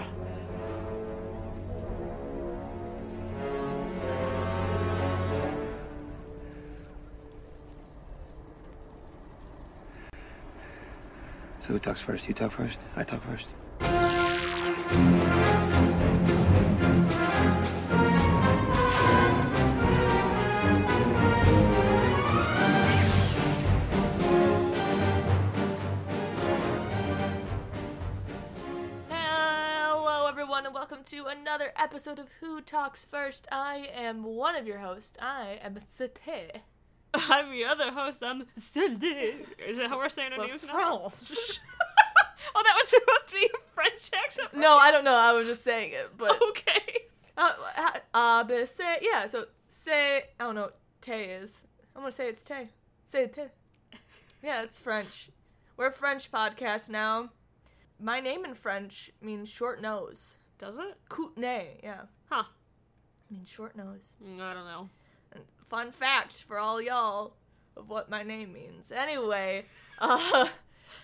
die. So who talks first? You talk first? I talk first? Hello, everyone, and welcome to another episode of Who Talks First. I am one of your hosts. I am Sate. I'm the other host. I'm Cindy. Is that how we're saying our But names now? French. Oh, that was supposed to be a French accent. no, I don't know. I was just saying it, but Okay. uh, uh, uh, but say yeah. So say I don't know. what Te is. I'm gonna say it's te. Say te. Yeah, it's French. We're a French podcast now. My name in French means short nose. Does it? Coute nez. Yeah, Huh. means short nose. Mm, I don't know. fun fact for all y'all of what my name means. Anyway, uh,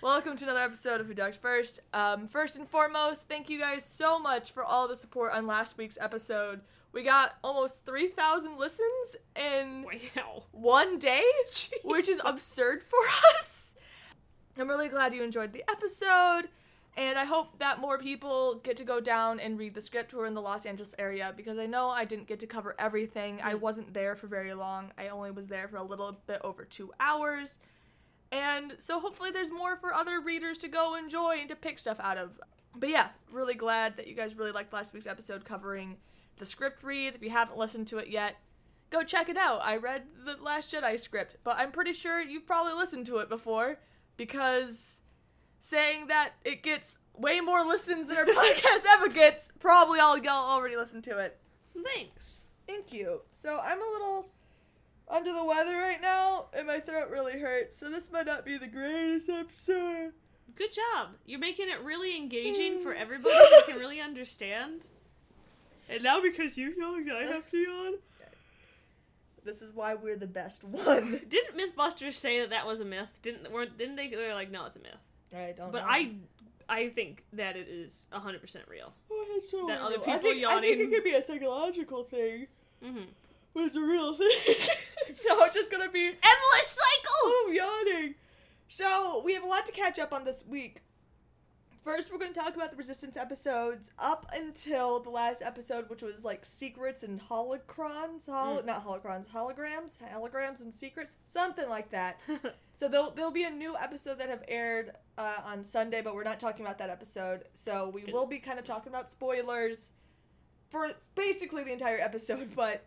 welcome to another episode of Who Ducks First. Um, first and foremost, thank you guys so much for all the support on last week's episode. We got almost 3,000 listens in Wow. one day, which is absurd for us. I'm really glad you enjoyed the episode, and I hope that more people get to go down and read the script who are in the Los Angeles area because I know I didn't get to cover everything. I wasn't there for very long, I only was there for a little bit over two hours. And so hopefully there's more for other readers to go enjoy and to pick stuff out of. But yeah, really glad that you guys really liked last week's episode covering the script read. If you haven't listened to it yet, go check it out. I read the Last Jedi script, but I'm pretty sure you've probably listened to it before because saying that it gets way more listens than our podcast ever gets, probably all y'all already listened to it. Thanks. Thank you. So I'm a little under the weather right now, and my throat really hurts, so this might not be the greatest episode. Good job. You're making it really engaging for everybody who can really understand. And now because you yawned, I have to yawn. This is why we're the best one. Didn't MythBusters say that that was a myth? Didn't weren't, didn't they? They're like, no, it's a myth. I don't But I, I think that it is 100% real. that that other I people think, I think it yawning- could be a psychological thing. Mm-hmm. But it's a real thing. so it's just gonna be Endless cycle. Oh, I'm yawning. So we have a lot to catch up on this week. First, we're going to talk about the Resistance episodes up until the last episode, which was like secrets and holocrons, hol- not holocrons, holograms, holograms and secrets, something like that. So there'll, there'll be a new episode that have aired uh, on Sunday, but we're not talking about that episode. So we Good. will be kind of talking about spoilers for basically the entire episode, but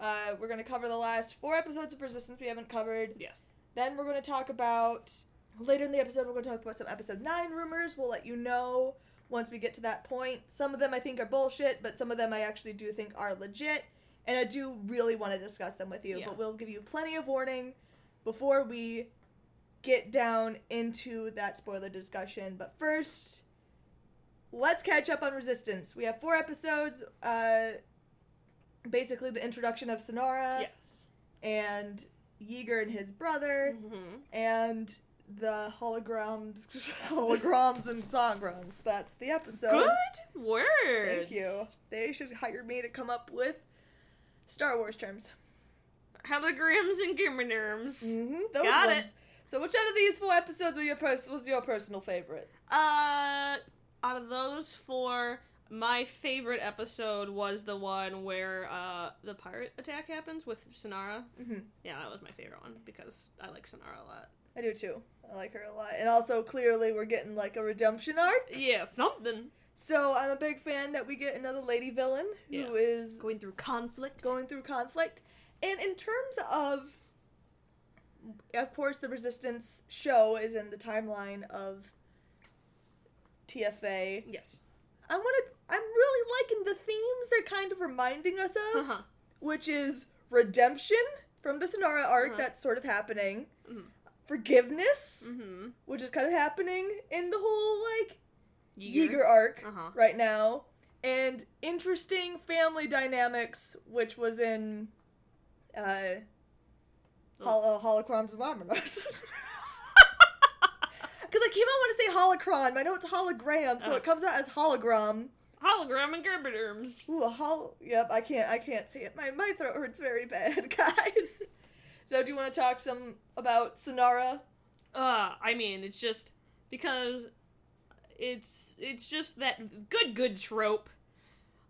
uh, we're going to cover the last four episodes of Resistance we haven't covered. yes. Then we're going to talk about later in the episode. We're going to talk about some episode nine rumors. We'll let you know once we get to that point. Some of them I think are bullshit, but some of them I actually do think are legit, and I do really want to discuss them with you. Yeah. But we'll give you plenty of warning before we get down into that spoiler discussion. But first, let's catch up on Resistance. We have four episodes. Uh, basically, the introduction of Sonara Yes. and Yeager and his brother Mhm. and the holograms, holograms and songrams. That's the episode. Good words. Thank you. They should hire me to come up with Star Wars terms. Holograms and gimmernerms. Mm-hmm, those Got ones. it. So, which out of these four episodes was your pers- was your personal favorite? Uh, out of those four, my favorite episode was the one where uh the pirate attack happens with Sonara. Mhm. Yeah, that was my favorite one because I like Sonara a lot. I do too. I like her a lot, and also clearly we're getting like a redemption arc. Yeah, something So I'm a big fan that we get another lady villain Yeah. who is going through conflict. going through conflict. And in terms of, of course, the Resistance show is in the timeline of TFA. yes. I want to. I'm really liking the themes they're kind of reminding us of, Uh huh. which is redemption from the Sonara arc Uh-huh. that's sort of happening, Mhm. forgiveness, Mm-hmm. which is kind of happening in the whole like Yeager arc Uh-huh. right now, and interesting family dynamics, which was in uh, hol- uh holocrons and Laminars. Because I came out want to say holocron, but I know it's hologram, so Uh. it comes out as hologram. Hologram and Gerberderms. Ooh, a hol- Yep, I can't. I can't see it. My my throat hurts very bad, guys. So, do you want to talk some about Sonara? Uh, I mean, it's just because it's it's just that good good trope.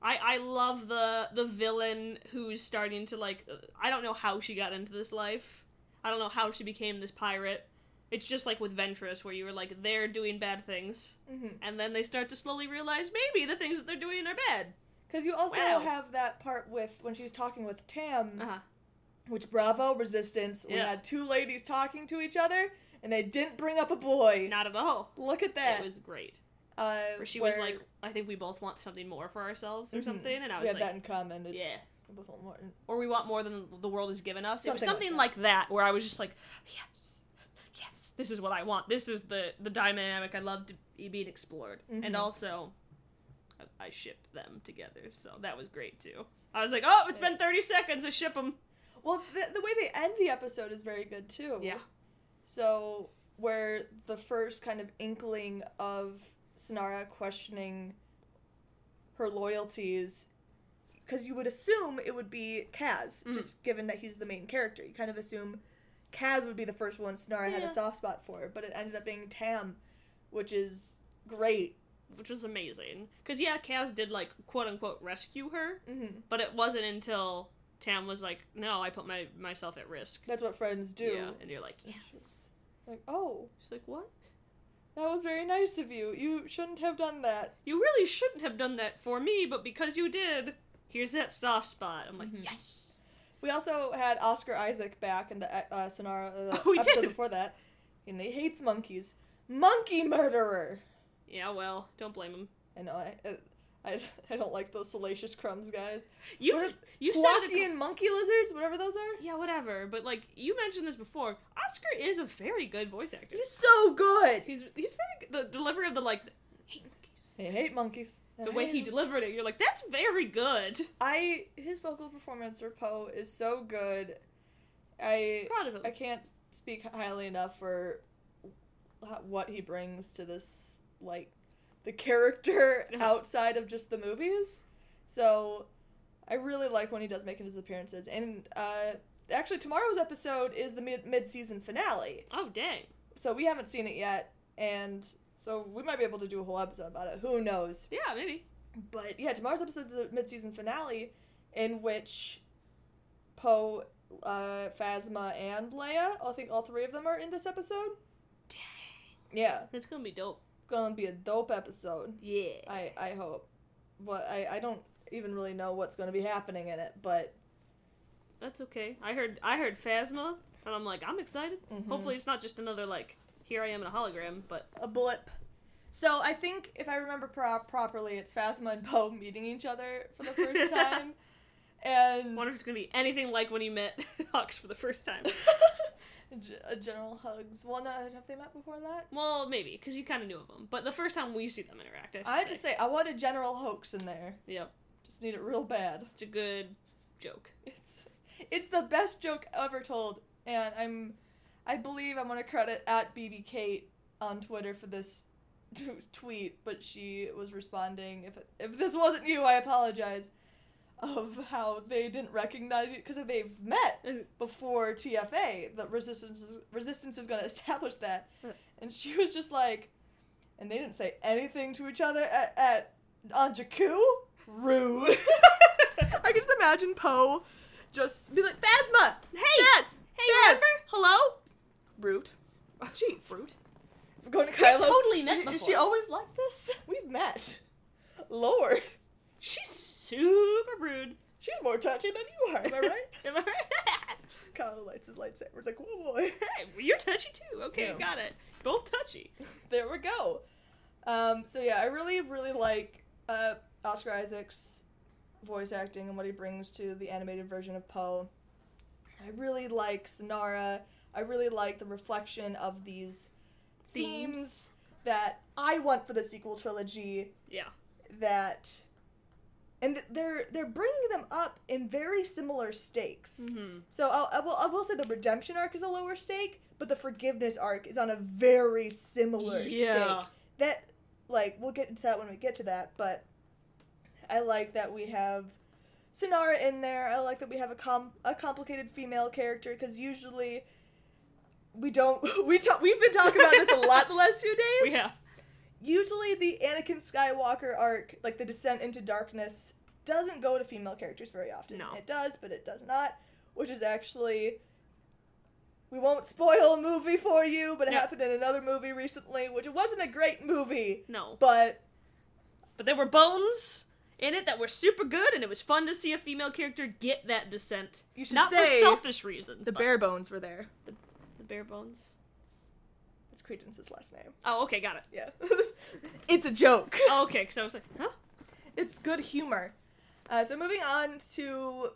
I I love the the villain who's starting to like uh, I don't know how she got into this life. I don't know how she became this pirate. It's just like with Ventress where you were like they're doing bad things Mhm. and then they start to slowly realize maybe the things that they're doing are bad. Because you also Wow. have that part with when she's talking with Tam, Uh-huh. which Bravo Resistance. We Yeah. had two ladies talking to each other, and they didn't bring up a boy. Not at all. Look at that. That was great. uh, Where she was where like I think we both want something more for ourselves or Mhm. something and we I was have like that in common. It's Yeah. a little more- or we want more than the world has given us. it was Something something like like that. where I was just like, yes, yes, this is what I want. This is the the dynamic I love to be being explored, and Mhm. also I, I shipped them together, so that was great too. I was like, oh, it's been thirty seconds. I ship them. Well, the, the way they end the episode is very good too. Yeah, So where the first kind of inkling of Sonara questioning her loyalties, because you would assume it would be Kaz, Mhm. just given that he's the main character. You kind of assume Kaz would be the first one Sonara had Yeah. a soft spot for, but it ended up being Tam, which is great. which was amazing. Cause yeah, Kaz did like quote unquote rescue her, hmm but it wasn't until Tam was like, no, I put my myself at risk. That's what friends do. Yeah, and you're like, yeah. Like, oh, She's like, what? that was very nice of you. You shouldn't have done that. you really shouldn't have done that for me, but because you did, here's that soft spot. I'm like, Mhm. yes. We also had Oscar Isaac back in the uh, Sonara uh, Oh, we episode did. before that, and he hates monkeys. Monkey murderer. Yeah, well, don't blame him. I know. I, uh, I, I don't like those salacious crumbs, guys. You What you sounded Flocky and monkey lizards, whatever those are. yeah, whatever. But like you mentioned this before, Oscar is a very good voice actor. He's so good. He's he's very good. the delivery of the like hey, monkeys. I hate monkeys. the way he delivered it. You're like, that's very good. I his vocal performance for Poe is so good. I Proud of him. I can't speak highly enough for wh- what he brings to this, like, the character Uh-huh. outside of just the movies. So, I really like when he does make his appearances. And uh, actually, tomorrow's episode is the mid- mid-season finale, Oh dang. so we haven't seen it yet, and so we might be able to do a whole episode about it. Who knows? Yeah, maybe. But yeah, tomorrow's episode is the mid-season finale, in which Poe, uh, Phasma, and Leia, I think all three of them are in this episode. Dang. Yeah, That's gonna be dope. it's gonna be a dope episode. Yeah. I I hope. But I I don't even really know what's gonna be happening in it, but That's okay. I heard I heard Phasma, and I'm like, I'm excited. Mhm. Hopefully, it's not just another like, here I am in a hologram. But a blip. So I think if I remember pro- properly, it's Phasma and Poe meeting each other for the first time, and wonder if it's gonna be anything like when you met Hux for the first time. G- a general hugs. Well, no, have they met before that? well, maybe because you kind of knew of them, but the first time we see them interact, I, should I say. just say I want a general hoax in there. yep, Just need it real bad. it's a good joke. It's it's the best joke ever told, and I'm I believe I'm gonna credit at BB Kate on Twitter for this tweet, but she was responding if if this wasn't you, I apologize. Of how they didn't recognize you because they've met before TFA. The resistance is, resistance is going to establish that, Right. and she was just like, and they didn't say anything to each other at, at on Jakku. Rude. I can just imagine Poe just be like, Phasma! Hey! Yes! Hey, Yes! remember? Hello. Rude. Jeez, rude. We're going to Kylo. totally met Is- Is she before. always like this? We've met. Lord. She's super rude. She's more touchy than you are, am I right? am I right? Kylo lights his lightsaber. It's like, whoa, boy. Hey, You're touchy too. Okay, Yeah. got it. Both touchy. there we go. Um, so yeah, I really, really like uh, Oscar Isaac's voice acting and what he brings to the animated version of Poe. I really like Sonara. I really like the reflection of these themes, Themes. that I want for the sequel trilogy. Yeah. That and they're they're bringing them up in very similar stakes. Mm-hmm. So I'll, I will I will say the redemption arc is a lower stake, but the forgiveness arc is on a very similar Yeah. stake. That like we'll get into that when we get to that, but I like that we have Sonara in there. I like that we have a com- a complicated female character because usually we don't we talk we've been talking about this a lot the last few days. We have. Usually the Anakin Skywalker arc, like the descent into darkness, doesn't go to female characters very often. No. It does, but it does not, which is actually we won't spoil a movie for you, but it No. happened in another movie recently, which it wasn't a great movie, No. but But there were bones in it that were super good, and it was fun to see a female character get that descent. You should Not say for selfish reasons. the but- bare bones were there. The bare bones. That's Credence's last name. Oh, okay, got it. Yeah. it's a joke. Oh, okay, because I was like, huh? It's good humor. Uh, so moving on to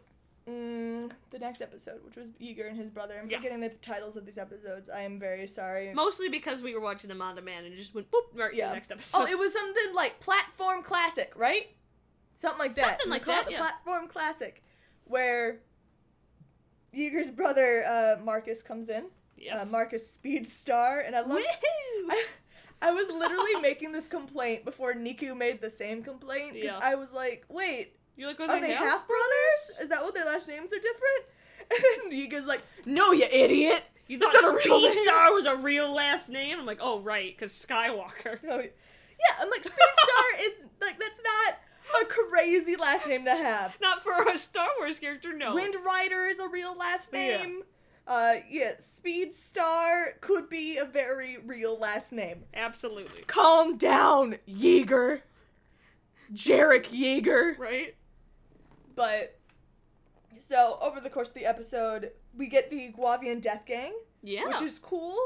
mm, the next episode, which was Eager and his brother. I'm Yeah. forgetting the titles of these episodes. I am very sorry. Mostly because we were watching them on demand and just went boop right to Yeah. the next episode. oh, it was something like platform classic, right? Something like that. Something We like call that, it the yeah. platform classic, where Eager's brother uh, Marcus comes in. yes. Uh, Marcus Speedstar, and I love. I, I was literally making this complaint before Niku made the same complaint because Yeah. I was like, "Wait, You're like, were Are they, they, half? half brothers? Is that what their last names are different? And Yiga's like, no, you idiot. You That's thought not a real Speed name. Star was a real last name? I'm like, oh, right, because Skywalker. No, y- yeah, I'm like, Speedstar is like that's not a crazy last name to have. Not for a Star Wars character, no. Wind Rider is a real last Yeah. name. Uh, yeah, Speedstar could be a very real last name. Absolutely. Calm down, Yeager. Jarek Yeager. Right? But so over the course of the episode, we get the Guavian Death Gang, Yeah. which is cool.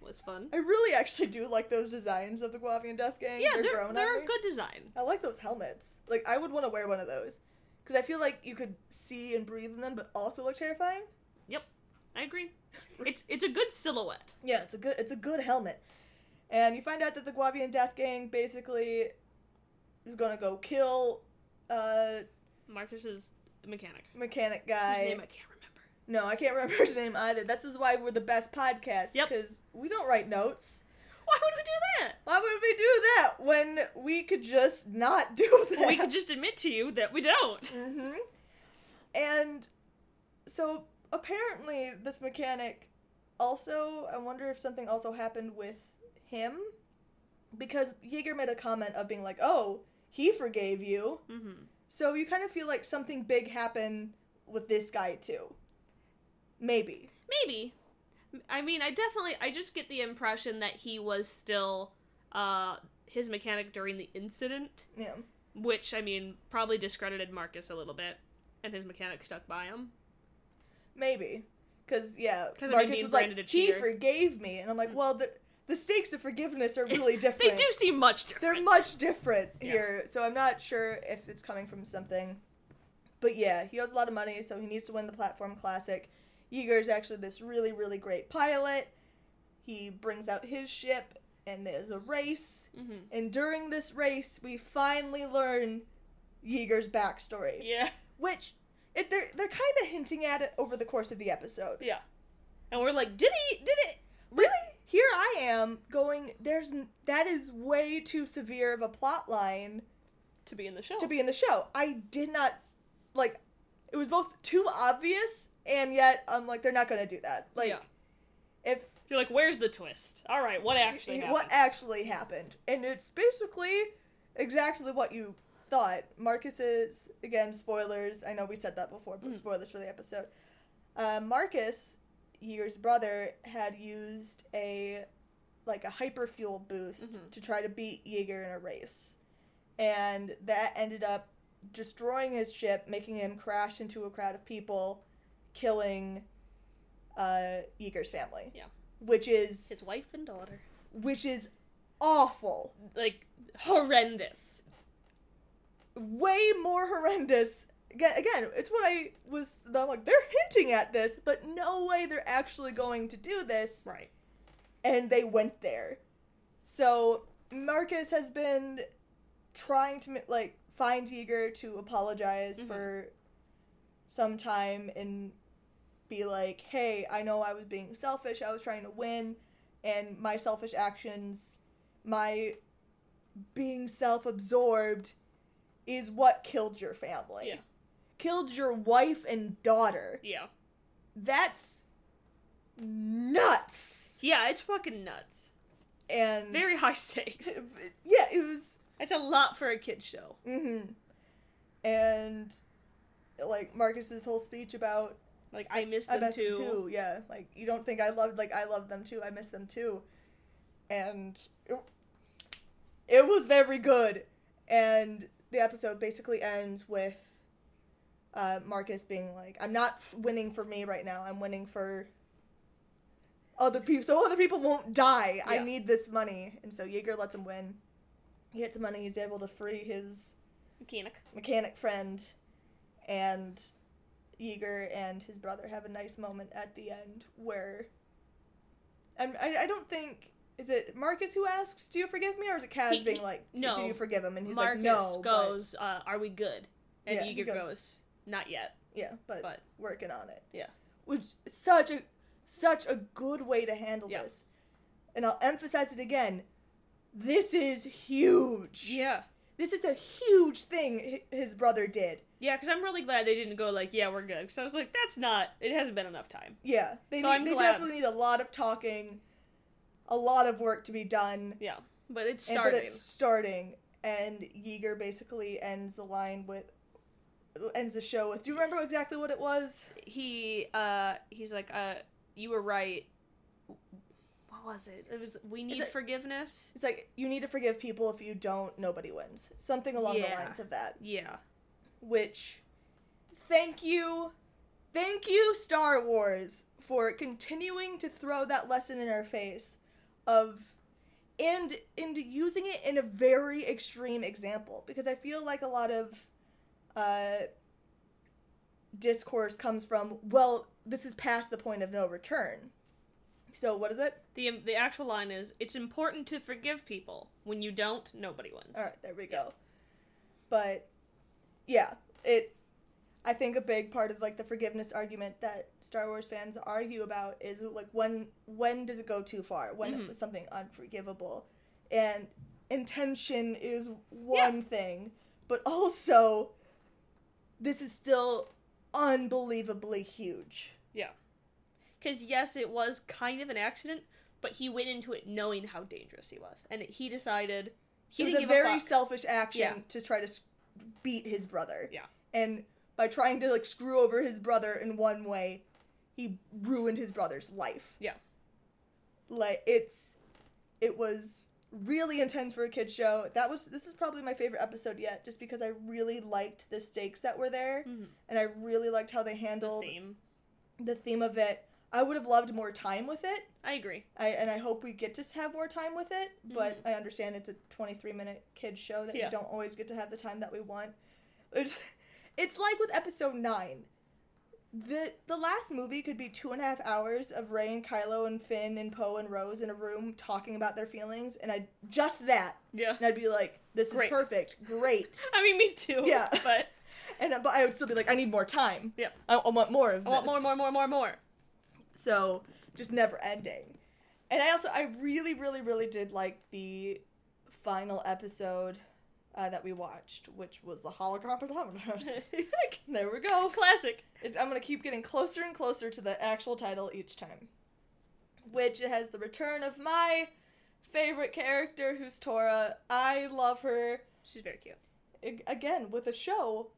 was fun. I really actually do like those designs of the Guavian Death Gang. Yeah, they're, grown they're, on a me. good design. I like those helmets. Like I would want to wear one of those because I feel like you could see and breathe in them, but also look terrifying. I agree. It's it's a good silhouette. Yeah, it's a good it's a good helmet. And you find out that the Guavian Death Gang basically is gonna go kill uh Marcus's mechanic. mechanic Whose guy. name I can't remember. no, I can't remember his name either. This is why we're the best podcast. Yep. Because we don't write notes. Why would we do that? Why would we do that when we could just not do that? Well, we could just admit to you that we don't. hmm And so apparently, this mechanic also, I wonder if something also happened with him. Because Jaeger made a comment of being like, oh, he forgave you. Mm-hmm. So you kind of feel like something big happened with this guy, too. Maybe. Maybe. I mean, I definitely. I just get the impression that he was still uh, his mechanic during the incident, Yeah. which I mean probably discredited Marcus a little bit, and his mechanic stuck by him. Maybe. Because, yeah, 'Cause, I mean, Marcus being was branded a like, he cheater." Mm. forgave me. And I'm like, well, the, the stakes of forgiveness are really different. They do seem much They're different. much different Yeah. here, so I'm not sure if it's coming from something. But yeah, he owes a lot of money, so he needs to win the platform classic. Yeager is actually this really, really great pilot. He brings out his ship, and there's a race. mm-hmm. And during this race, we finally learn Yeager's backstory, Yeah, which it, they're they're kind of hinting at it over the course of the episode. yeah. And we're like, did he? Did it? Really? Here I am going. There's n- that is way too severe of a plot line. To be in the show. to be in the show. I did not like it was both too obvious and yet I'm like they're not going to do that. Like Yeah. if You're like, where's the twist? All right, what actually happened? what actually happened. And it's basically exactly what you thought. Marcus is again spoilers. I know we said that before, Hmm. but spoilers for the episode. Uh, Marcus, Year's brother, had used a like a hyperfuel boost Mm-hmm. to try to beat Yeager in a race, and that ended up destroying his ship, making him crash into a crowd of people, killing uh, Yeager's family. Yeah. which is His wife and daughter. which is awful. Like horrendous. Way more horrendous. Aga- Again, it's what I was. I'm like, they're hinting at this, but no way they're actually going to do this. Right. And they went there. So Marcus has been trying to ma- like find Yeager to apologize for some time and be like, "Hey, I know I was being selfish. I was trying to win, and my selfish actions, my being self-absorbed is what killed your family. Yeah. Killed your wife and daughter. Yeah. That's nuts. Yeah, it's fucking nuts. And Very high stakes. yeah, it was That's a lot for a kid show. mm-hmm. and like Marcus's whole speech about Like I miss I them miss too. them too. Yeah, like you don't think I loved like I love them too. I miss them too, and it, it was very good. And the episode basically ends with uh, Marcus being like, "I'm not f- winning for me right now. I'm winning for other people, so other people won't die. I Yeah. need this money." And so Jaeger lets him win. He gets money. He's able to free his Mechanic. mechanic friend and Yeager and his brother have a nice moment at the end where and I, I don't think is it Marcus who asks, "Do you forgive me?" or is it Kaz He- being he- like, no. "Do you forgive him?" and he's Marcus like, "No." but- goes, uh, "Are we good?" And Yeah, yeah, he Eager goes- uh, goes, "Not yet." yeah, but, but- working on it. Yeah. Which is such a such a good way to handle Yeah. this. And I'll emphasize it again. This is huge. Yeah. This is a huge thing hi- his brother did. Yeah, because I'm really glad they didn't go like, "Yeah, we're good." Because I was like, "That's not. It hasn't been enough time." Yeah, they, So need, I'm they glad. definitely need a lot of talking, a lot of work to be done. Yeah, but it's and- starting. but it's starting, and Yeager basically ends the line with, ends the show with. Do you remember exactly what it was? He, uh, he's like, "Uh, you were right." What was it? It was, "We need it- forgiveness." It's like you need to forgive people. If you don't, nobody wins. Something along Yeah. the lines of that. Yeah. Which, thank you, thank you, Star Wars, for continuing to throw that lesson in our face, of, and and using it in a very extreme example because I feel like a lot of, uh, discourse comes from well this is past the point of no return, so what is it? The the actual line is, "It's important to forgive people. When you don't, nobody wins." All right, there we go. But yeah, it. I think a big part of like the forgiveness argument that Star Wars fans argue about is like when when does it go too far? When Mhm. is something unforgivable? And intention is one thing, but also this is still unbelievably huge. Yeah. Because, yes, it was kind of an accident, but he went into it knowing how dangerous he was. And he decided he it was didn't a give very a fuck. selfish action Yeah. to try to s- beat his brother. Yeah. And by trying to like screw over his brother in one way, he ruined his brother's life. Yeah. Like it's it was really intense for a kid show. That was this is probably my favorite episode yet just because I really liked the stakes that were there Mhm. and I really liked how they handled Theme. the theme of it. I would have loved more time with it. I agree. I and I hope we get to have more time with it, but I understand it's a 23 minute kids show that we Mm-hmm. Yeah. don't always get to have the time that we want. It's, it's like with episode 9. The the last movie could be two and a half hours of Ray and Kylo and Finn and Poe and Rose in a room talking about their feelings, and I just that, Yeah. and I'd be like, "This Great. is perfect, great." I mean, me too. Yeah. But And but I would still be like, "I need more time. Yeah. I, I want more of I want this." more, more, more, more, more. so just never ending and i also i really really really did like the final episode uh, that we watched which was the holocaust there we go Oh, Classic. it's, i'm gonna keep getting closer and closer to the actual title each time which it has the return of my favorite character who's tora i love her She's very cute. I- again with a show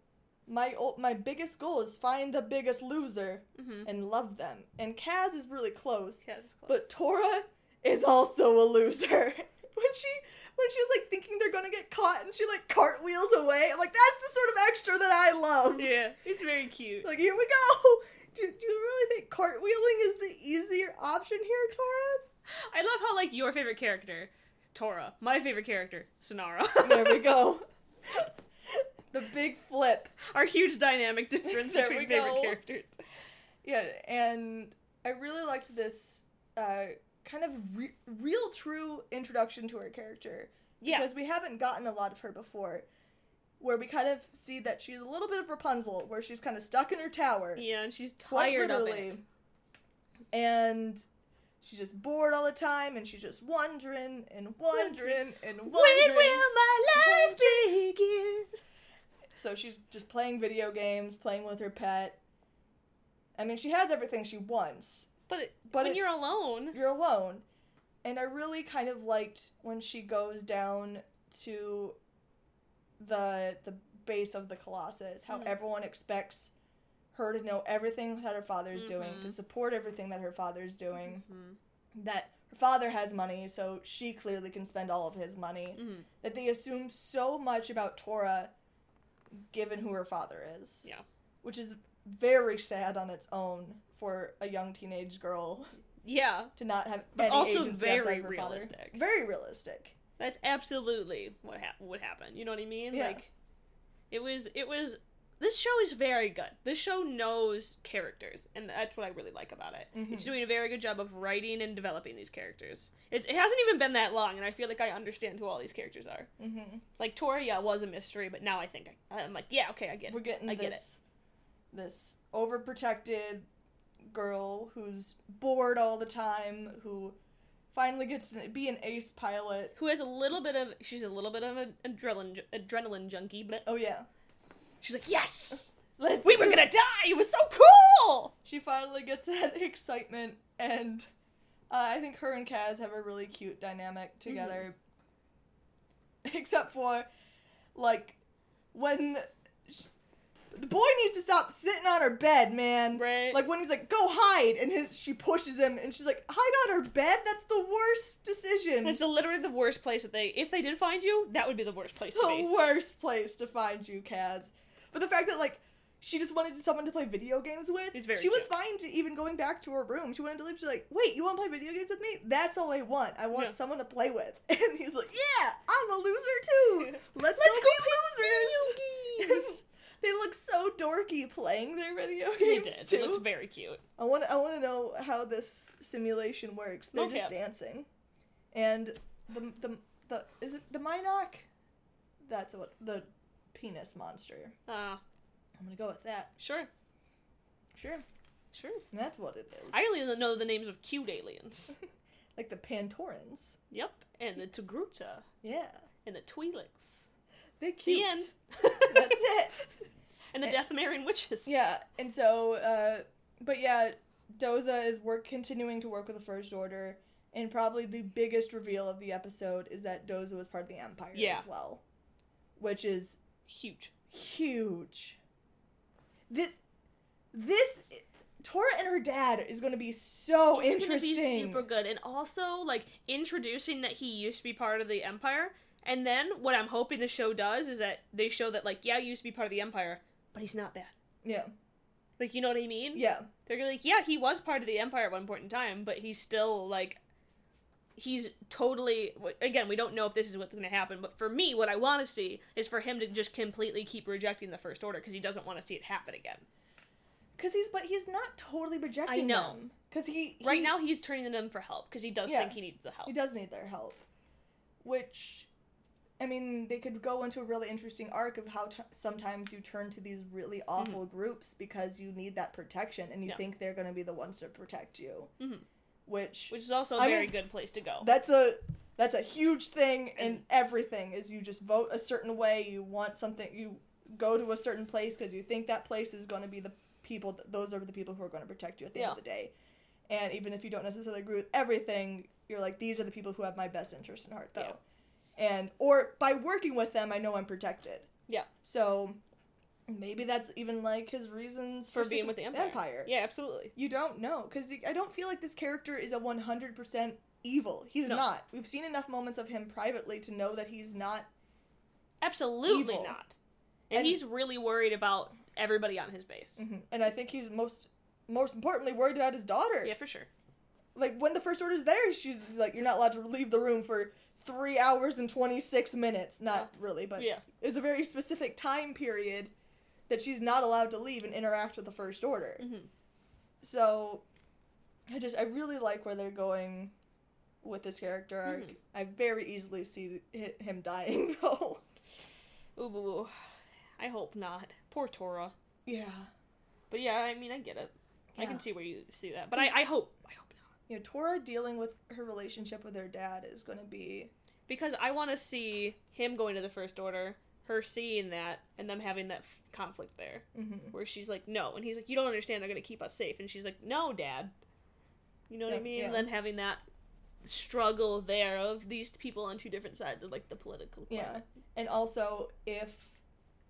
my ol- my biggest goal is find the biggest loser Mhm. and love them and kaz is really close Yeah, this is close. but Tora is also a loser. when she when she was like thinking they're gonna get caught and she like cartwheels away, I'm like, that's the sort of extra that I love. yeah, it's very cute. Like here we go. Do, do you really think cartwheeling is the easier option here, Tora? I love how, like, your favorite character, Tora, my favorite character, Sonara, There we go. the big flip. our huge dynamic difference There between we favorite go. characters. Yeah, and I really liked this uh, kind of re- real true introduction to her character. Yeah. because we haven't gotten a lot of her before where we kind of see that she's a little bit of rapunzel where she's kind of stuck in her tower yeah, and she's quite tired of literally it. and she's just bored all the time and she's just wondering and wondering and wondering When will my life begin? so she's just playing video games, playing with her pet. I mean, she has everything she wants. But, it, But when it- you're alone, You're alone. And I really kind of liked when she goes down to the the base of the Colossus, how everyone expects her to know everything that her father's doing, to support everything that her father's doing. That her father has money, so she clearly can spend all of his money. That they assume so much about Tora given who her father is yeah, which is very sad on its own for a young teenage girl yeah, to not have But any also agency very outside of her father. realistic. Very realistic. that's absolutely what hap what happened. You know what I mean? Yeah. Like, it was it was. This show is very good. This show knows characters, and that's what I really like about it. Mm-hmm. It's doing a very good job of writing and developing these characters. It's, it hasn't even been that long, and I feel like I understand who all these characters are. Mhm. Like Toria was a mystery, but now I think I, I'm like, yeah, okay, I get it. We're getting I this get this overprotected girl who's bored all the time, who finally gets to be an ace pilot. it. Who has a little bit of? She's a little bit of an adrenaline adrenaline junkie, but uh, Oh yeah, she's like, yes, let's. we were do gonna it." die. It was so cool. She finally gets that excitement, and uh, I think her and Kaz have a really cute dynamic Mm-hmm. together. Except for, like, when sh- the boy needs to stop sitting on her bed, man. Right. Like when he's like, "Go hide," and his, she pushes him, and she's like, "Hide on her bed? That's the worst decision. It's literally the worst place that they. If they did find you, that would be the worst place to The be. worst place to find you, Kaz." But the fact that like. She just wanted someone to play video games with. It's very she was cute. fine to even going back to her room. She wanted to leave. She's like, "Wait, you want to play video games with me? That's all I want. I want Yeah. someone to play with." And he's like, "Yeah, I'm a loser too. Let's, Let's go, go be losers." they look so dorky playing their video They games did. It too. looked very cute. I want I want to know how this simulation works. They're just Mocap. dancing, and the the the is it the Minoc? That's what the penis monster. Uh, I'm gonna go with that. sure, Sure, sure. that's what it is. I only know the names of cute aliens. like the Pantorans. yep, and the Togruta Yeah, and the Twi'leks. they The cute. end. That's it. and the Death Marian witches. Yeah, and so, uh, but yeah, Doza is work continuing to work with the First Order, and probably the biggest reveal of the episode is that Doza was part of the Empire Yeah. as well, which is huge. huge. This, this, Tora and her dad is going to be so It's gonna interesting. be super good, and also like introducing that he used to be part of the Empire, and then what I'm hoping the show does is that they show that like yeah, he used to be part of the Empire, but he's not bad. Yeah, Like you know what I mean? yeah, They're gonna be like, yeah, he was part of the Empire at one point in time, but he's still like, he's totally. Again, we don't know if this is what's gonna happen, but for me, what I want to see is for him to just completely keep rejecting the First Order because he doesn't want to see it happen again. because he's but he's not totally rejecting know. Because he, he right now, he's turning to them for help because he does Yeah. think he needs the help. He does need their help. Which, I mean, they could go into a really interesting arc of how t- sometimes you turn to these really awful groups because you need that protection and you Mm-hmm. Yeah. think they're going to be the ones to protect you. Mhm. Which, Which is also a I very mean- good place to go. that's a. That's a huge thing in everything is you just vote a certain way, you want something, you go to a certain place because you think that place is going to be the people, th- those are the people who are going to protect you at the end of Yeah. the day. And even if you don't necessarily agree with everything, you're like, these are the people who have my best interest in heart, though. And, or by working with them, I know I'm protected. Yeah. So maybe that's even like his reasons for for, being sticking with the Empire. Yeah, absolutely. You don't know. Because I don't feel like this character is a 100% evil. He's No. not. We've seen enough moments of him privately to know that he's not. Absolutely Evil. not. And, Mm-hmm. And- he's really worried about everybody on his base. And I think he's most. Most importantly, worried about his daughter. Yeah, for sure. like when the first order's there, she's like, "You're not allowed to leave the room for three hours and twenty six minutes." Not really, but Yeah. it's a very specific time period that she's not allowed to leave and interact with the first order. Mhm. So, I just I really like where they're going with this character arc. Mhm. I very easily see hi- him dying though. Ooh, ooh, ooh. I hope not. Poor Tora. Yeah, But yeah, I mean, I get it. I Yeah. can see where you see that. But I, I hope, I hope not, you know, Tora dealing with her relationship with her dad is going to be because I want to see him going to the First Order. her seeing that and them having that f- conflict there, Mm-hmm. where she's like, "No," and he's like, "You don't understand. They're gonna keep us safe," and she's like, "No, Dad." You know what Yeah, I mean? yeah. And then having that struggle there of these people on two different sides of like the political. Yeah, climate. and also if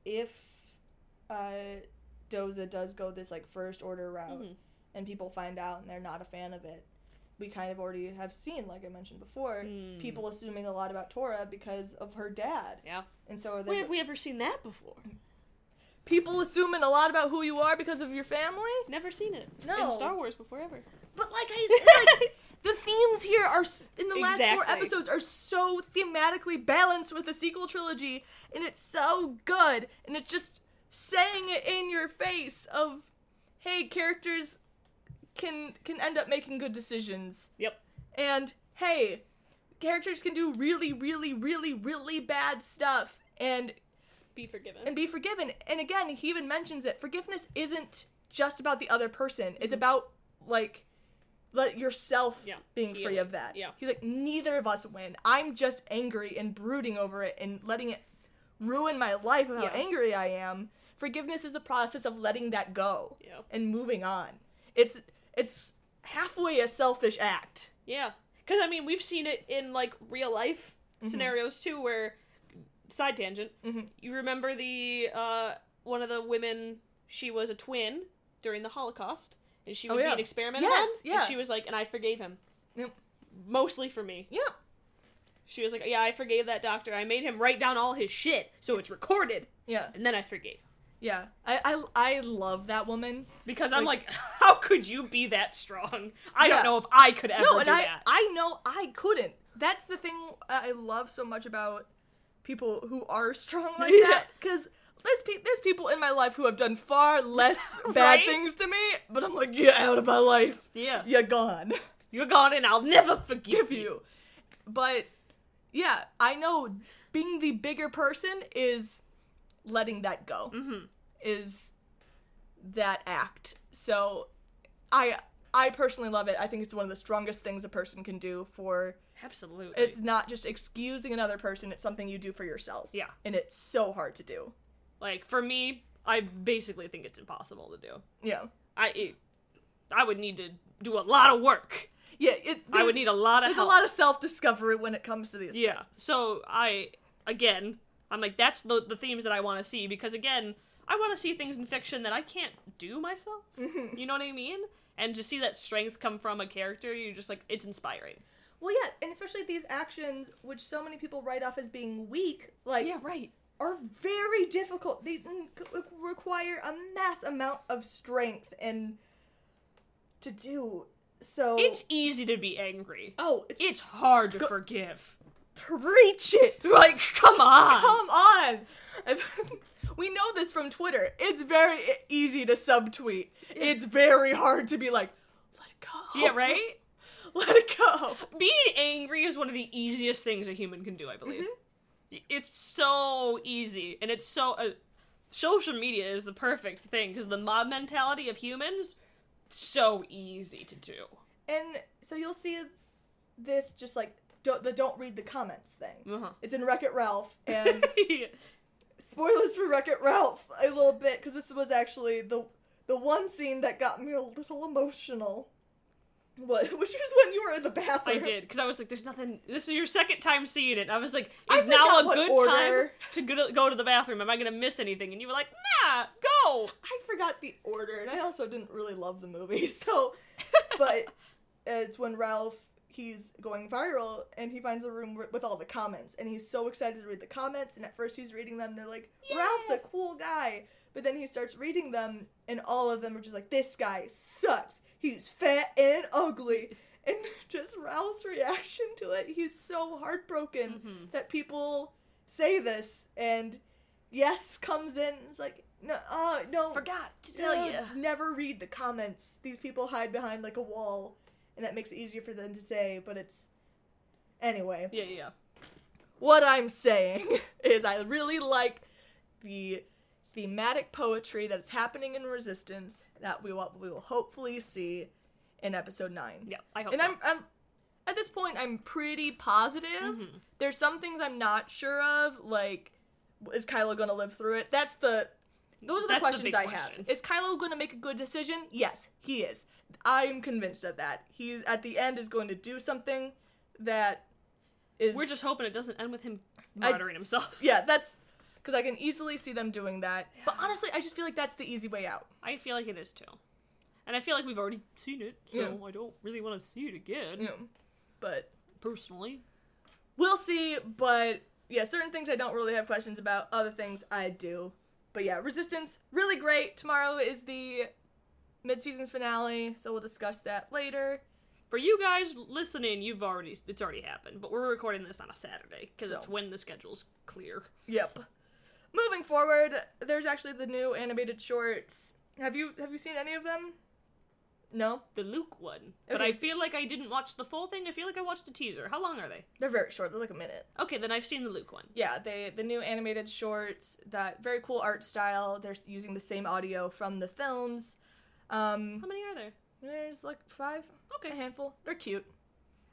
if uh, Doza does go this like first order route Mhm. and people find out and they're not a fan of it, we kind of already have seen, like I mentioned before, Mm. people assuming a lot about Tora because of her dad, Yeah. and so are they. Where have we ever seen that before? People assuming a lot about who you are because of your family. Never seen it No. in Star Wars before ever. But like I like the themes here are s- in the last four Exactly. episodes are so thematically balanced with the sequel trilogy and it's so good and it's just saying it in your face of hey characters can can end up making good decisions Yep. and hey characters can do really really really really bad stuff and Be forgiven. and be forgiven. And again, he even mentions it. Forgiveness isn't just about the other person. It's about like let yourself Mm-hmm. Yeah, being free healing. of that. Yeah. He's like, neither of us win. I'm just angry and brooding over it and letting it ruin my life of how Yeah. angry I am. Forgiveness is the process of letting that go Yeah. and moving on. It's it's halfway a selfish act. Yeah. Because, I mean, we've seen it in, like, real life Mm-hmm. scenarios, too, where, side tangent, you remember the, uh, one of the women, she was a twin during the Holocaust, and she was Oh, yeah. being experimented Yes, on, yeah. and she was like, and I forgave him. Yep. Mostly for me. Yeah. She was like, yeah, I forgave that doctor. I made him write down all his shit, so it's recorded, Yeah. and then I forgave. him. Yeah. I I, I love that woman. Because I'm like, how could you be that strong? I Yeah. don't know if I could ever no, and do I, that. I know I couldn't. That's the thing I love so much about people who are strong like Yeah. that. Because there's pe- there's people in my life who have done far less bad Right? things to me, but I'm like, you're out of my life. yeah. You're gone. You're gone, and I'll never forgive Give you. But yeah, I know being the bigger person is letting that go. Mhm. Is that act. So I I personally love it. I think it's one of the strongest things a person can do for Absolutely. It's not just excusing another person, it's something you do for yourself. Yeah. And it's so hard to do. Like for me, I basically think it's impossible to do. Yeah. I it, I would need to do a lot of work. Yeah, it, I there's- would need a lot of There's help. a lot of self discovery when it comes to these. yeah. So I again, I'm like that's the the themes that I want to see because again, I want to see things in fiction that I can't do myself. Mm-hmm. You know what I mean? And to see that strength come from a character, you're just like it's inspiring. Well, yeah, and especially these actions, which so many people write off as being weak, like, right. are very difficult. They mm, c- require a mass amount of strength and to do. So. It's easy to be angry. Oh, it's, It's hard to forgive. preach it. Like, come on. Come on. we know this from Twitter. It's very e, easy to subtweet. It's very hard to be like, let it go. Yeah, right? Let it go. being angry is one of the easiest things a human can do i Mm-hmm. believe it's so easy and it's so uh, social media is the perfect thing because the mob mentality of humans so easy to do And so you'll see this just like don't, the don't read the comments thing. Uh-huh. It's in Wreck It Ralph and yeah. spoilers for Wreck It Ralph a little bit because this was actually the the one scene that got me a little emotional. What, which was when you were in the bathroom. i did because i was like there's nothing this is your second time seeing it i was like I is now forgot a what good time order. to go to, go to the bathroom am i gonna miss anything and you were like nah go I forgot the order, and I also didn't really love the movie. So, but it's when Ralph he's going viral, and he finds a room wi- with all the comments, and he's so excited to read the comments. And at first, he's reading them. They're like, Ralph's a cool guy, but then he starts reading them, and all of them are just like, this guy sucks. He's fat and ugly. And just Ralph's reaction to it, he's so heartbroken that people say this, and yes comes in and is like, no, uh, no, forgot to no, Never read the comments. These people hide behind like a wall, and that makes it easier for them to say, but it's. Anyway. yeah yeah What I'm saying is I really like the thematic poetry that's happening in Resistance that we will, we will hopefully see in episode 9. yeah i hope And so. I'm, I'm at Mm-hmm. this point I'm pretty positive. There's some things I'm not sure of, like is Kylo gonna live through it? That's the those are the That's the questions big I question. have. Is Kylo gonna make a good decision? Yes, he is. I'm convinced of that. He's at the end is going to do something that is We're just hoping it doesn't end with him murdering himself. yeah. That's because I can easily see them doing that. But honestly, I just feel like that's the easy way out. I feel like it is too. And I feel like we've already seen it, so Yeah. I don't really want to see it again, You know, but personally. we'll see. But yeah, certain things I don't really have questions about. Other things I do. But yeah, Resistance really great. Tomorrow is the mid-season finale, so we'll discuss that later. For you guys listening, you've already it's already happened, but we're recording this on a Saturday because it's So. when the schedule's clear. Yep. Moving forward, there's actually the new animated shorts. Have you have you seen any of them? No, The Luke one, but Okay. I feel like I didn't watch the full thing. I feel like I watched the teaser. How long are they? they're very short. They're like a minute. Okay, then I've seen the Luke one. Yeah, they the new animated shorts. That very cool art style. They're using the same audio from the films. Um, How many are there? there's like five, a Okay. handful. They're cute.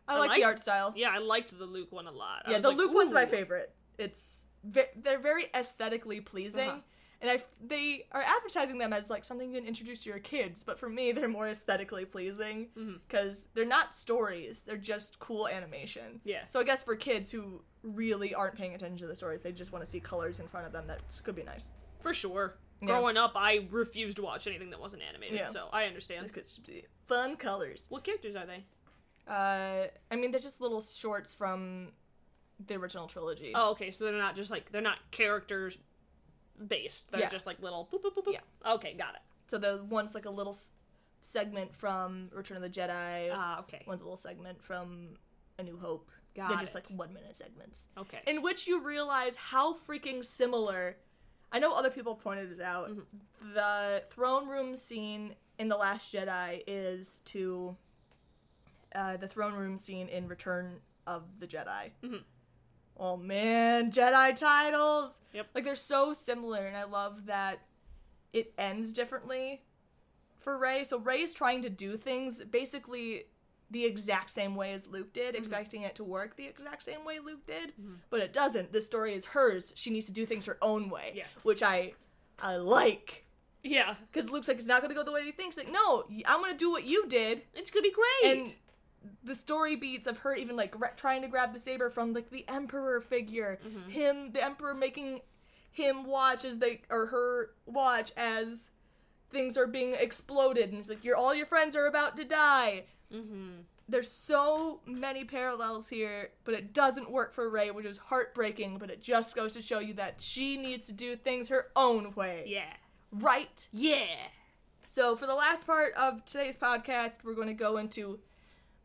I, I like the liked- art style. Yeah, I liked the Luke one a lot. I Yeah, was the like, Luke one's my "Ooh." favorite. It's ve- they're very aesthetically pleasing, Uh-huh. and I f- they are advertising them as like something you can introduce to your kids. But for me, they're more aesthetically pleasing Mhm. because they're not stories; they're just cool animation. Yeah. So I guess for kids who really aren't paying attention to the stories, they just want to see colors in front of them that could be nice. For sure. Yeah. Growing up, I refused to watch anything that wasn't animated, Yeah. so I understand. This could be fun colors. What characters are they? Uh, I mean, they're just little shorts from the original trilogy. Oh, okay, so they're not just like they're not characters based. They're Yeah. just like little boop boop boop. boop. Yeah. Okay, got it. So the one's like a little s- segment from Return of the Jedi. Ah, okay. one's a little segment from A New Hope. Got They're just it. like one minute segments. Okay. In which you realize how freaking similar. I know other people pointed it out. Mm-hmm. The throne room scene in The Last Jedi is to uh, the throne room scene in Return of the Jedi. Mm-hmm. Oh man, Jedi titles! Yep. Like they're so similar, and I love that it ends differently for Rey. So Rey is trying to do things basically the exact same way as Luke did, expecting it to work the exact same way Luke did, but it doesn't. This story is hers. She needs to do things her own way, Yeah. which I I like. yeah. Because Luke's like, it's not going to go the way he thinks. Like, no, y- I'm going to do what you did. It's gonna be great. And the story beats of her even like gra- trying to grab the saber from like the emperor figure, him, the emperor making him watch as they or her watch as things are being exploded, and it's like your all your friends are about to die. There's so many parallels here, but it doesn't work for Ray, which is heartbreaking. But it just goes to show you that she needs to do things her own way, yeah. right? Yeah. So for the last part of today's podcast, we're going to go into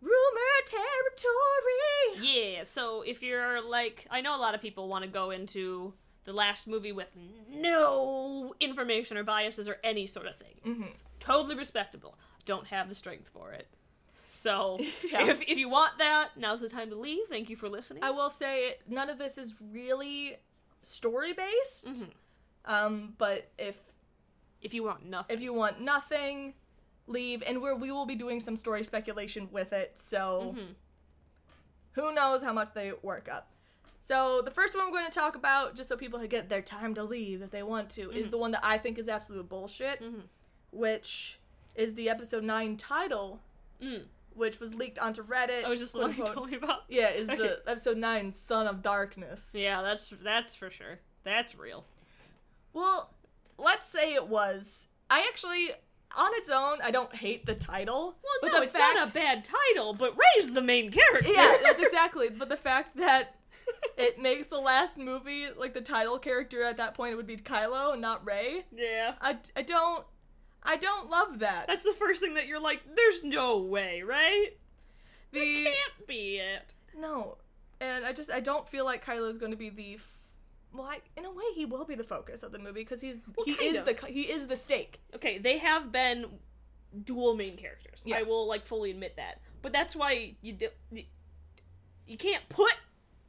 rumor territory. Yeah. So if you're like, I know a lot of people want to go into the last movie with no information or biases or any sort of thing. Mm-hmm. Totally respectable. Don't have the strength for it. So Yeah. if if you want that, now's the time to leave. Thank you for listening. I will say none of this is really story based. Um, but if if you want nothing, if you want nothing, leave and where we will be doing some story speculation with it. So Mm-hmm. who knows how much they work up. So the first one we're going to talk about, just so people get their time to leave if they want to, Mm-hmm. is the one that I think is absolute bullshit, which is the episode nine title, Mm. which was leaked onto Reddit. I was just the one you quote-unquote. told me about. Yeah, is Okay. the episode nine Son of Darkness. Yeah, that's that's for sure. That's real. Well, let's say it was. I actually, on its own, I don't hate the title. Well, no, it's not a bad title, but Ray's the main character. Yeah, that's exactly. But the fact that it makes the last movie like the title character at that point would be Kylo and not Ray. yeah. I, I don't I don't love that. That's the first thing that you're like, there's no way, right? the That can't be it. no, and I just I don't feel like Kylo's going to be the. F- well, I, in a way, he will be the focus of the movie because he's he kind is of. the the he is the stake. Okay, they have been dual main characters. Yeah. I will like fully admit that. But that's why you do, you, you can't put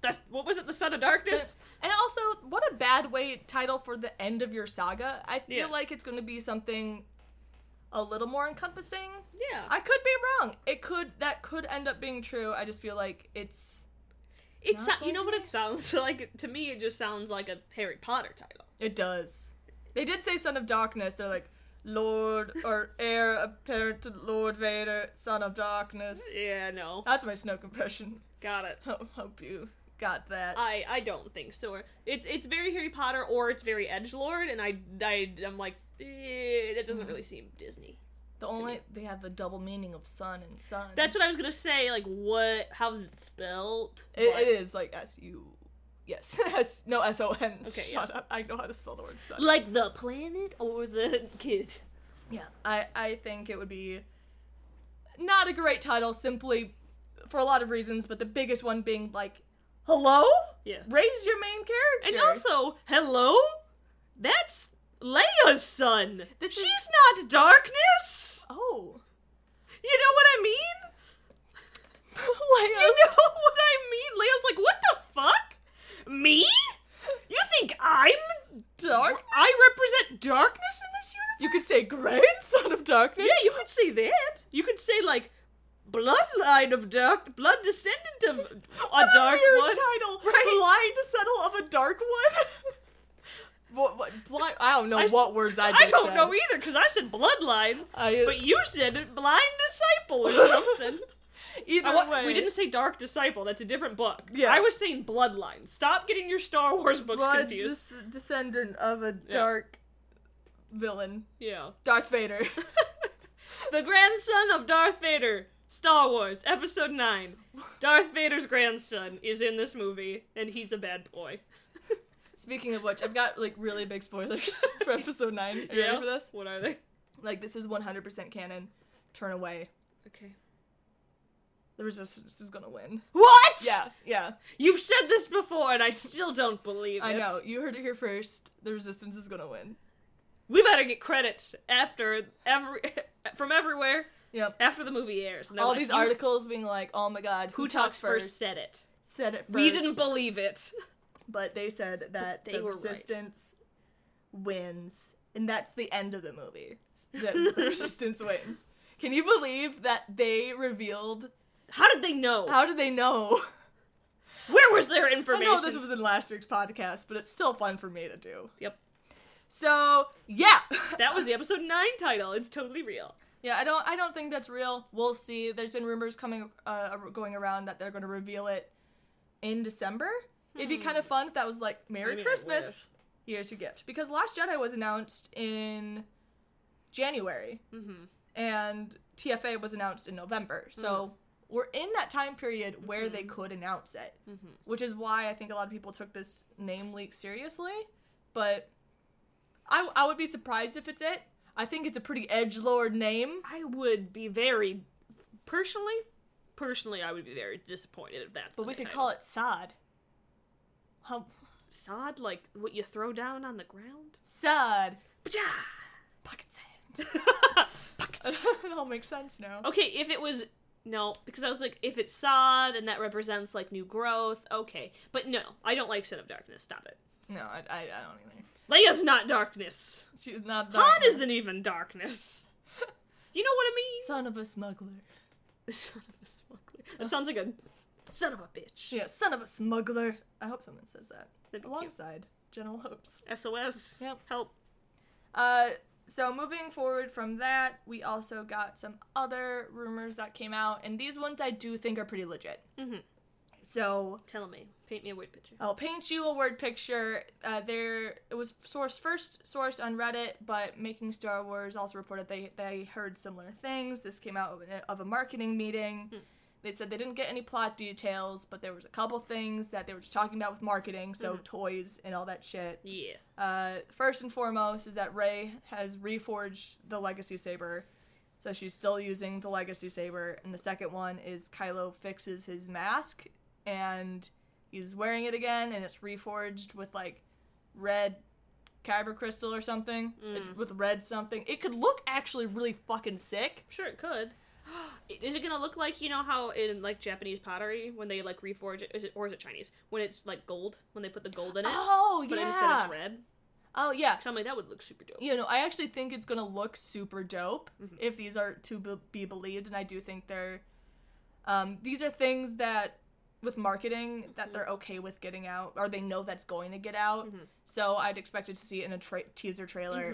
the what was it, the Son of Darkness? And also, what a bad way title for the end of your saga. I feel Yeah. like it's going to be something a little more encompassing. yeah. I could be wrong. It could that could end up being true. I just feel like it's It's Not you going know what it sounds like to me. It just sounds like a Harry Potter title. It does. They did say Son of Darkness. They're like, Lord or heir apparent to Lord Vader, Son of Darkness. Yeah, no, That's my Snoke impression. got it. Ho- Hope you got that. I I don't think so. Or- It's it's very Harry Potter or it's very Edge Lord, and I I am like eh, that doesn't really seem Disney. the only they have the double meaning of sun and sun. That's what I was gonna say. Like what? How's it spelled? it, But- it is like S U. Yes, S no S O N. Okay, Shut up! I know how to spell the word sun. Like the planet or the kid? Yeah, I, I think it would be not a great title simply for a lot of reasons, but the biggest one being like, hello, Yeah. raise your main character, And also, hello? That's Leia's son. This is- She's not darkness. oh, You know what I mean? Leia, You know what I mean? Leia's like, what the fuck? Me? You think I'm dark. I represent darkness in this universe? You could say grandson of darkness. Yeah, you could say that. You could say like bloodline of dark, blood descendant of a What dark weird one. title, Right. blind settle of a dark one. what, what blind? I don't know I- what words I. e-, Just I don't said. know either because I said bloodline, I- but you said it blind disciple or something. Either I want- way, we didn't say dark disciple. That's a different book. Yeah. I was saying bloodline. Stop getting your Star Wars books blood confused. des- descendant of a dark villain, yeah, Darth Vader. the grandson of Darth Vader. Star Wars Episode Nine. Darth Vader's grandson is in this movie, and he's a bad boy. Speaking of which, I've got like really big spoilers for episode nine. Are you ready for this? What are they? Like this is 100% canon. Turn away. Okay. The resistance is gonna win. What? Yeah, yeah. You've said this before, and I still don't believe it. I know. You heard it here first. The resistance is gonna win. We better get credits after every from everywhere Yep. after the movie airs. And they're All like, these "You- articles being like, "Oh my God, Who talks first said it. Said it first. We didn't believe it. but they said that They the were right. resistance wins, and that's the end of the movie. That the resistance wins. Can you believe that they revealed? How did they know? How did they know? Where was their I information? know this was in last week's podcast, but it's still fun for me to do. Yep. So yeah, That was the episode nine title. It's totally real. yeah. I don't. I don't think that's real. We'll see. There's been rumors coming, uh, going around that they're going to reveal it in December. It'd be kind of fun if that was like Merry I mean, I Christmas. Here's your gift. Because Last Jedi was announced in January, and TFA was announced in November. So we're in that time period where they could announce it, which is why I think a lot of people took this name leak seriously. But I, I would be surprised if it's it. I think it's a pretty edge lord name. I would be very personally personally I would be very disappointed if that's But we could call it Sod. Hum, sod like what you throw down on the ground. Sod. Pajah! Pocket sand. it all makes sense now. Okay, if it was no, because I was like, if it's sod and that represents like new growth, okay. But no, I don't like Son of Darkness. Stop it. No, I, I, I don't either. Leia's not darkness. She's not the Han isn't even darkness. You know what I mean? son of a smuggler. Son of a smuggler. That sounds like a son of a bitch. Yeah, son of a smuggler. I hope someone says that That'd be cute. alongside General Hopes. SOS. Yep. Help. Uh, so moving forward from that, we also got some other rumors that came out, and these ones I do think are pretty legit. Mm-hmm. So Tell me. Paint me a word picture. I'll paint you a word picture. Uh, there it was sourced first sourced on Reddit, but Making Star Wars also reported they they heard similar things. This came out of a, of a marketing meeting. They said they didn't get any plot details, but there was a couple things that they were just talking about with marketing, so toys and all that shit. Yeah. Uh, first and foremost is that Rey has reforged the Legacy Saber, so she's still using the Legacy Saber. And the second one is Kylo fixes his mask and he's wearing it again, and it's reforged with like red kyber crystal or something. Mm. It's with red something. It could look actually really fucking sick. Sure, it could. Is it gonna look like you know how in like Japanese pottery when they like reforge it, is it or is it Chinese when it's like gold when they put the gold in it? Oh but instead yeah. it's red. Oh yeah. So I'm like, that would look super dope. you know, I actually think it's gonna look super dope if these are to be, be believed, and I do think they're. Um, these are things that with marketing that they're okay with getting out or they know that's going to get out. So I'd expected to see it in a tra- teaser trailer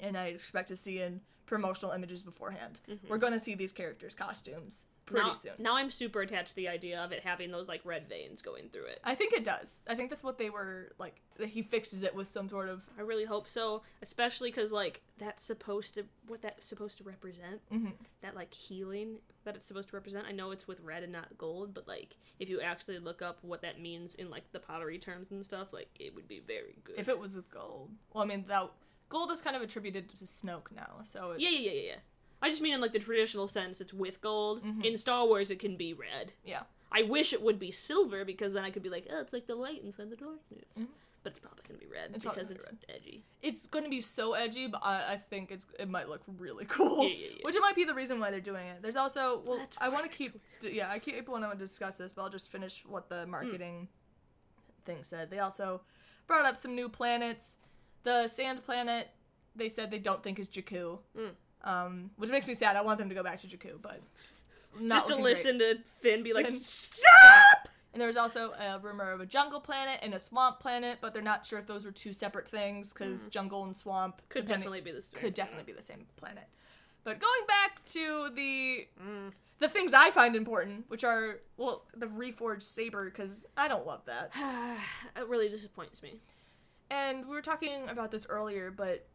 and I expect to see in promotional images beforehand. We're going to see these characters' costumes pretty now, soon. Now I'm super attached to the idea of it having those like red veins going through it. I think it does. I think that's what they were like. That he fixes it with some sort of I really hope so, especially because like that's supposed to what that's supposed to represent. Mm-hmm. That like healing that it's supposed to represent. I know it's with red and not gold, but like if you actually look up what that means in like the pottery terms and stuff, like it would be very good. if it was with gold. Well, I mean that gold is kind of attributed to Snoke now, so it's, yeah, yeah, yeah, yeah, yeah. I just mean in like the traditional sense, it's with gold. Mm-hmm. In Star Wars, it can be red. yeah. I wish it would be silver because then I could be like, oh, it's like the light inside the darkness. But it's probably gonna be red Mm-hmm. It's probably because gonna it's be edgy. It's going to be so edgy, but I, I think it's it might look really cool. Yeah, yeah, yeah. Which it might be the reason why they're doing it. There's also well, that's I why want to they're keep d- yeah, I keep want to discuss this, but I'll just finish what Hmm. the marketing thing said. They also brought up some new planets. The sand planet they said they don't think is Jakku, Hmm. um, which makes me sad. I want them to go back to Jakku, but not Just to looking great. listen to Finn be like, Finn. stop. And there was also a rumor of a jungle planet and a swamp planet, but they're not sure if those were two separate things because jungle and swamp Mm. Could depending- definitely be the same. could definitely be the same planet. But going back to the Mm. the things I find important, which are well the reforged saber because I don't love that. It really disappoints me. And we were talking about this earlier, but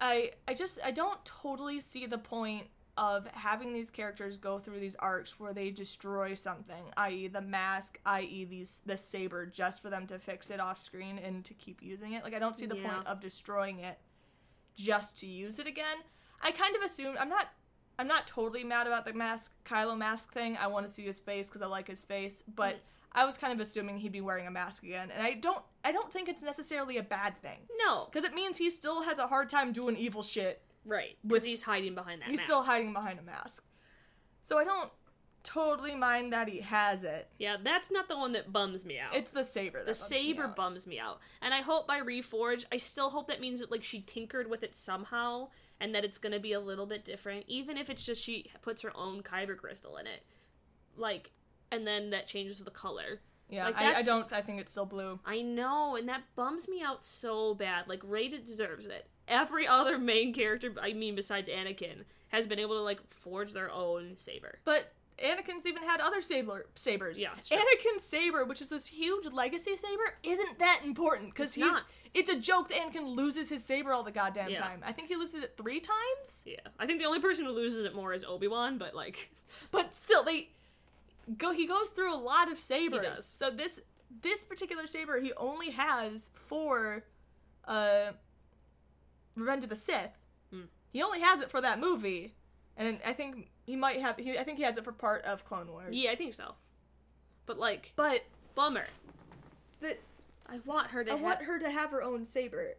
I I just I don't totally see the point of having these characters go through these arcs where they destroy something, i.e. the mask, i.e. these the saber just for them to fix it off screen and to keep using it. Like I don't see the point Yeah. of destroying it just to use it again. I kind of assume I'm not I'm not totally mad about the mask Kylo mask thing. I want to see his face because I like his face, Mm. but I was kind of assuming he'd be wearing a mask again, and I don't I don't think it's necessarily a bad thing No, because it means he still has a hard time doing evil shit. right? Because he's hiding behind that. He's mask. still hiding behind a mask, so I don't totally mind that he has it. Yeah, that's not the one that bums me out. It's the saber. That the bums me saber out. bums me out, and I hope by reforge, I still hope that means that like she tinkered with it somehow, and that it's gonna be a little bit different, even if it's just she puts her own kyber crystal in it, like, and then that changes the color. Yeah, like, I, I that's- don't. I think it's still blue. I know, and that bums me out so bad. Like Ray deserves it. Every other main character, I mean, besides Anakin, has been able to like forge their own saber. But Anakin's even had other saber sabers. Yeah, it's true. Anakin's saber, which is this huge legacy saber, isn't that important because It's he. not. It's a joke that Anakin loses his saber all the goddamn Yeah. time. I think he loses it three times. Yeah, I think the only person who loses it more is Obi Wan, but like, But still, they go. He goes through a lot of sabers. does. So this this particular saber he only has for, uh, Revenge of the Sith. Hmm. He only has it for that movie, and I think he might have. He, I think he has it for part of Clone Wars. yeah, I think so. But like, but. bummer. But I want her to. I ha- want her to have her own saber.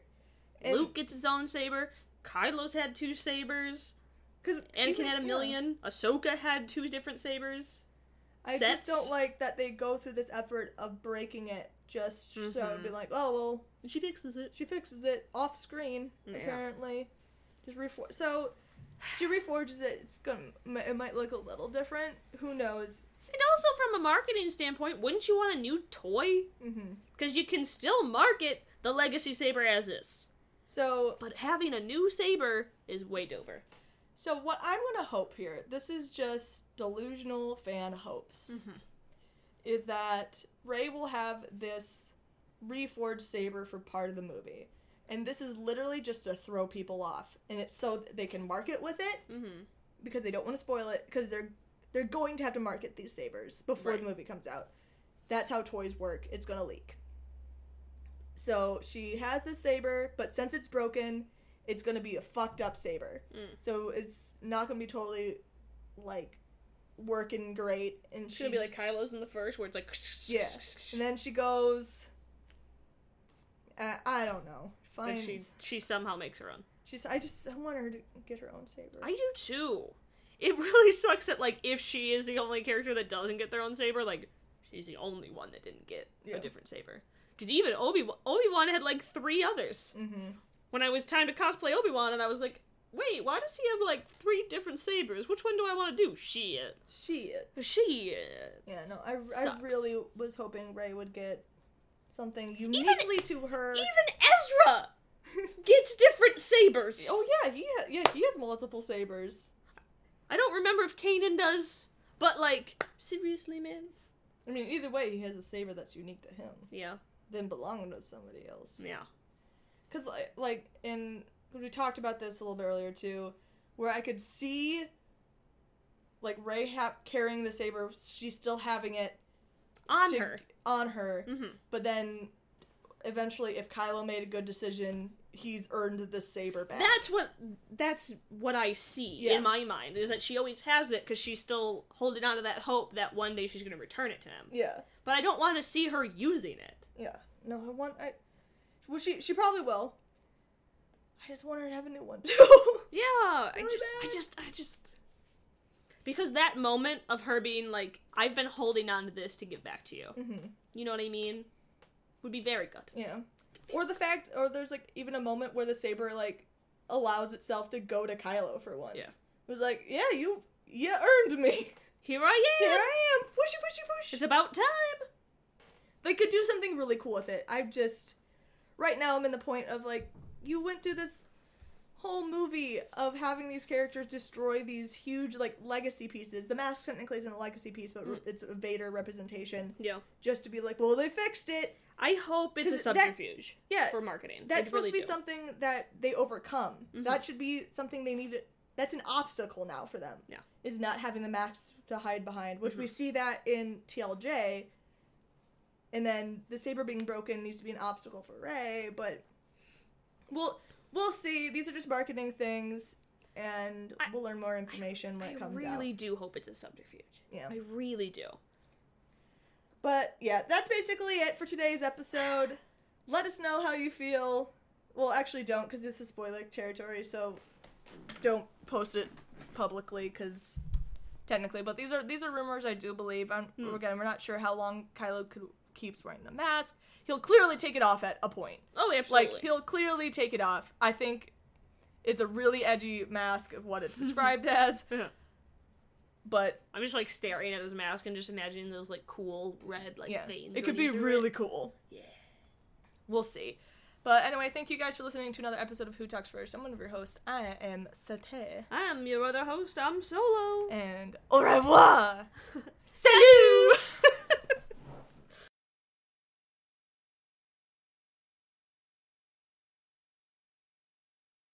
And- Luke gets his own saber. Kylo's had two sabers. Cause Anakin even- had a yeah. million. Ahsoka had two different sabers. I just sets. don't like that they go through this effort of breaking it just so it'd be like, oh well, Mm-hmm. And she fixes it. she fixes it off screen Yeah. apparently. Just refor so she reforges it. It's gonna it might look a little different. Who knows? And also, from a marketing standpoint, wouldn't you want a new toy? Mm-hmm. Because you can still market the Legacy Saber as is. So But having a new saber is way doper. So what I'm gonna hope here, this is just delusional fan hopes, is that Ray will have this reforged saber for part of the movie, and this is literally just to throw people off, and it's so that they can market with it Mm-hmm. because they don't want to spoil it because they're they're going to have to market these sabers before the Right. movie comes out. That's how toys work. It's gonna leak. So she has this saber, but since it's broken, it's gonna be a fucked up saber. Mm. So it's not gonna be totally like working great. And It's she gonna be like just- Kylo's in the first, where it's like. Yeah. And then she goes. Uh, I don't know. And Fine. she She's. she somehow makes her own. I just I want her to get her own saber. I do too. It really sucks that like if she is the only character that doesn't get their own saber, like she's the only one that didn't get Yeah. a different saber. Because even Obi Obi Wan had like three others. mm-hmm. When I was time to cosplay Obi Wan, and I was like, wait, why does he have like three different sabers? Which one do I want to do? Shit. Shit. Shit. Yeah, no, I, I Sucks. really was hoping Ray would get something uniquely to her. Even Ezra gets different sabers. oh yeah, he ha- yeah he has multiple sabers. I don't remember if Kanan does, but like, seriously, man? I mean, either way, he has a saber that's unique to him, Yeah. than belonging to somebody else. Yeah. Because like, like in we talked about this a little bit earlier too, where I could see like Ray ha- carrying the saber, she's still having it On to- her. on her. Mm-hmm. But then eventually, if Kylo made a good decision, he's earned the saber back. That's what that's what I see Yeah. in my mind is that she always has it because she's still holding on to that hope that one day she's going to return it to him. yeah, But I don't want to see her using it. yeah. No, I want I. Well, she she probably will. I just want her to have a new one too. Yeah, I Really just, I bad. just, I just. Because that moment of her being like, "I've been holding on to this to give back to you," Mhm. you know what I mean, would be very good. Yeah. Or the fact, or there's like even a moment where the saber like allows itself to go to Kylo for once. Yeah. It was like, yeah, you, you earned me. Here I am. Here I am. Pushy, pushy, push. It's about time. They could do something really cool with it. I just, right now, I'm in the point of like, you went through this whole movie of having these characters destroy these huge like legacy pieces. The mask technically isn't a legacy piece, but re- it's a Vader representation. Yeah, Just to be like, well, they fixed it. I hope it's a 'Cause that- subterfuge Yeah, for marketing. I That's supposed really to be do. Mm-hmm. something that they overcome. That should be something they need. That's an obstacle now for them. Yeah. Mm-hmm. Is not having the mask to hide behind, which we see that in TLJ. And then the saber being broken needs to be an obstacle for Ray, but we'll we'll see. These are just marketing things, and I- we'll learn more information when I it comes really out. do hope it's a subterfuge. Yeah. I really do. But yeah, that's basically it for today's episode. Let us know how you feel. Well, actually, don't because this is spoiler territory, so don't post it publicly because technically. But these are these are rumors. I do believe. I'm, Again, we're not sure how long Kylo could, keeps wearing the mask. He'll clearly take it off at a point. Oh, absolutely. Like he'll clearly take it off. I think it's a really edgy mask of what it's described as. Yeah. But I'm just like staring at his mask and just imagining those like cool red like yeah, veins. it could be running through really cool. Yeah. We'll see. But anyway, thank you guys for listening to another episode of Who Talks First. I'm one of your hosts. I am Sate. I'm your other host. I'm Solo. And au revoir! Salut!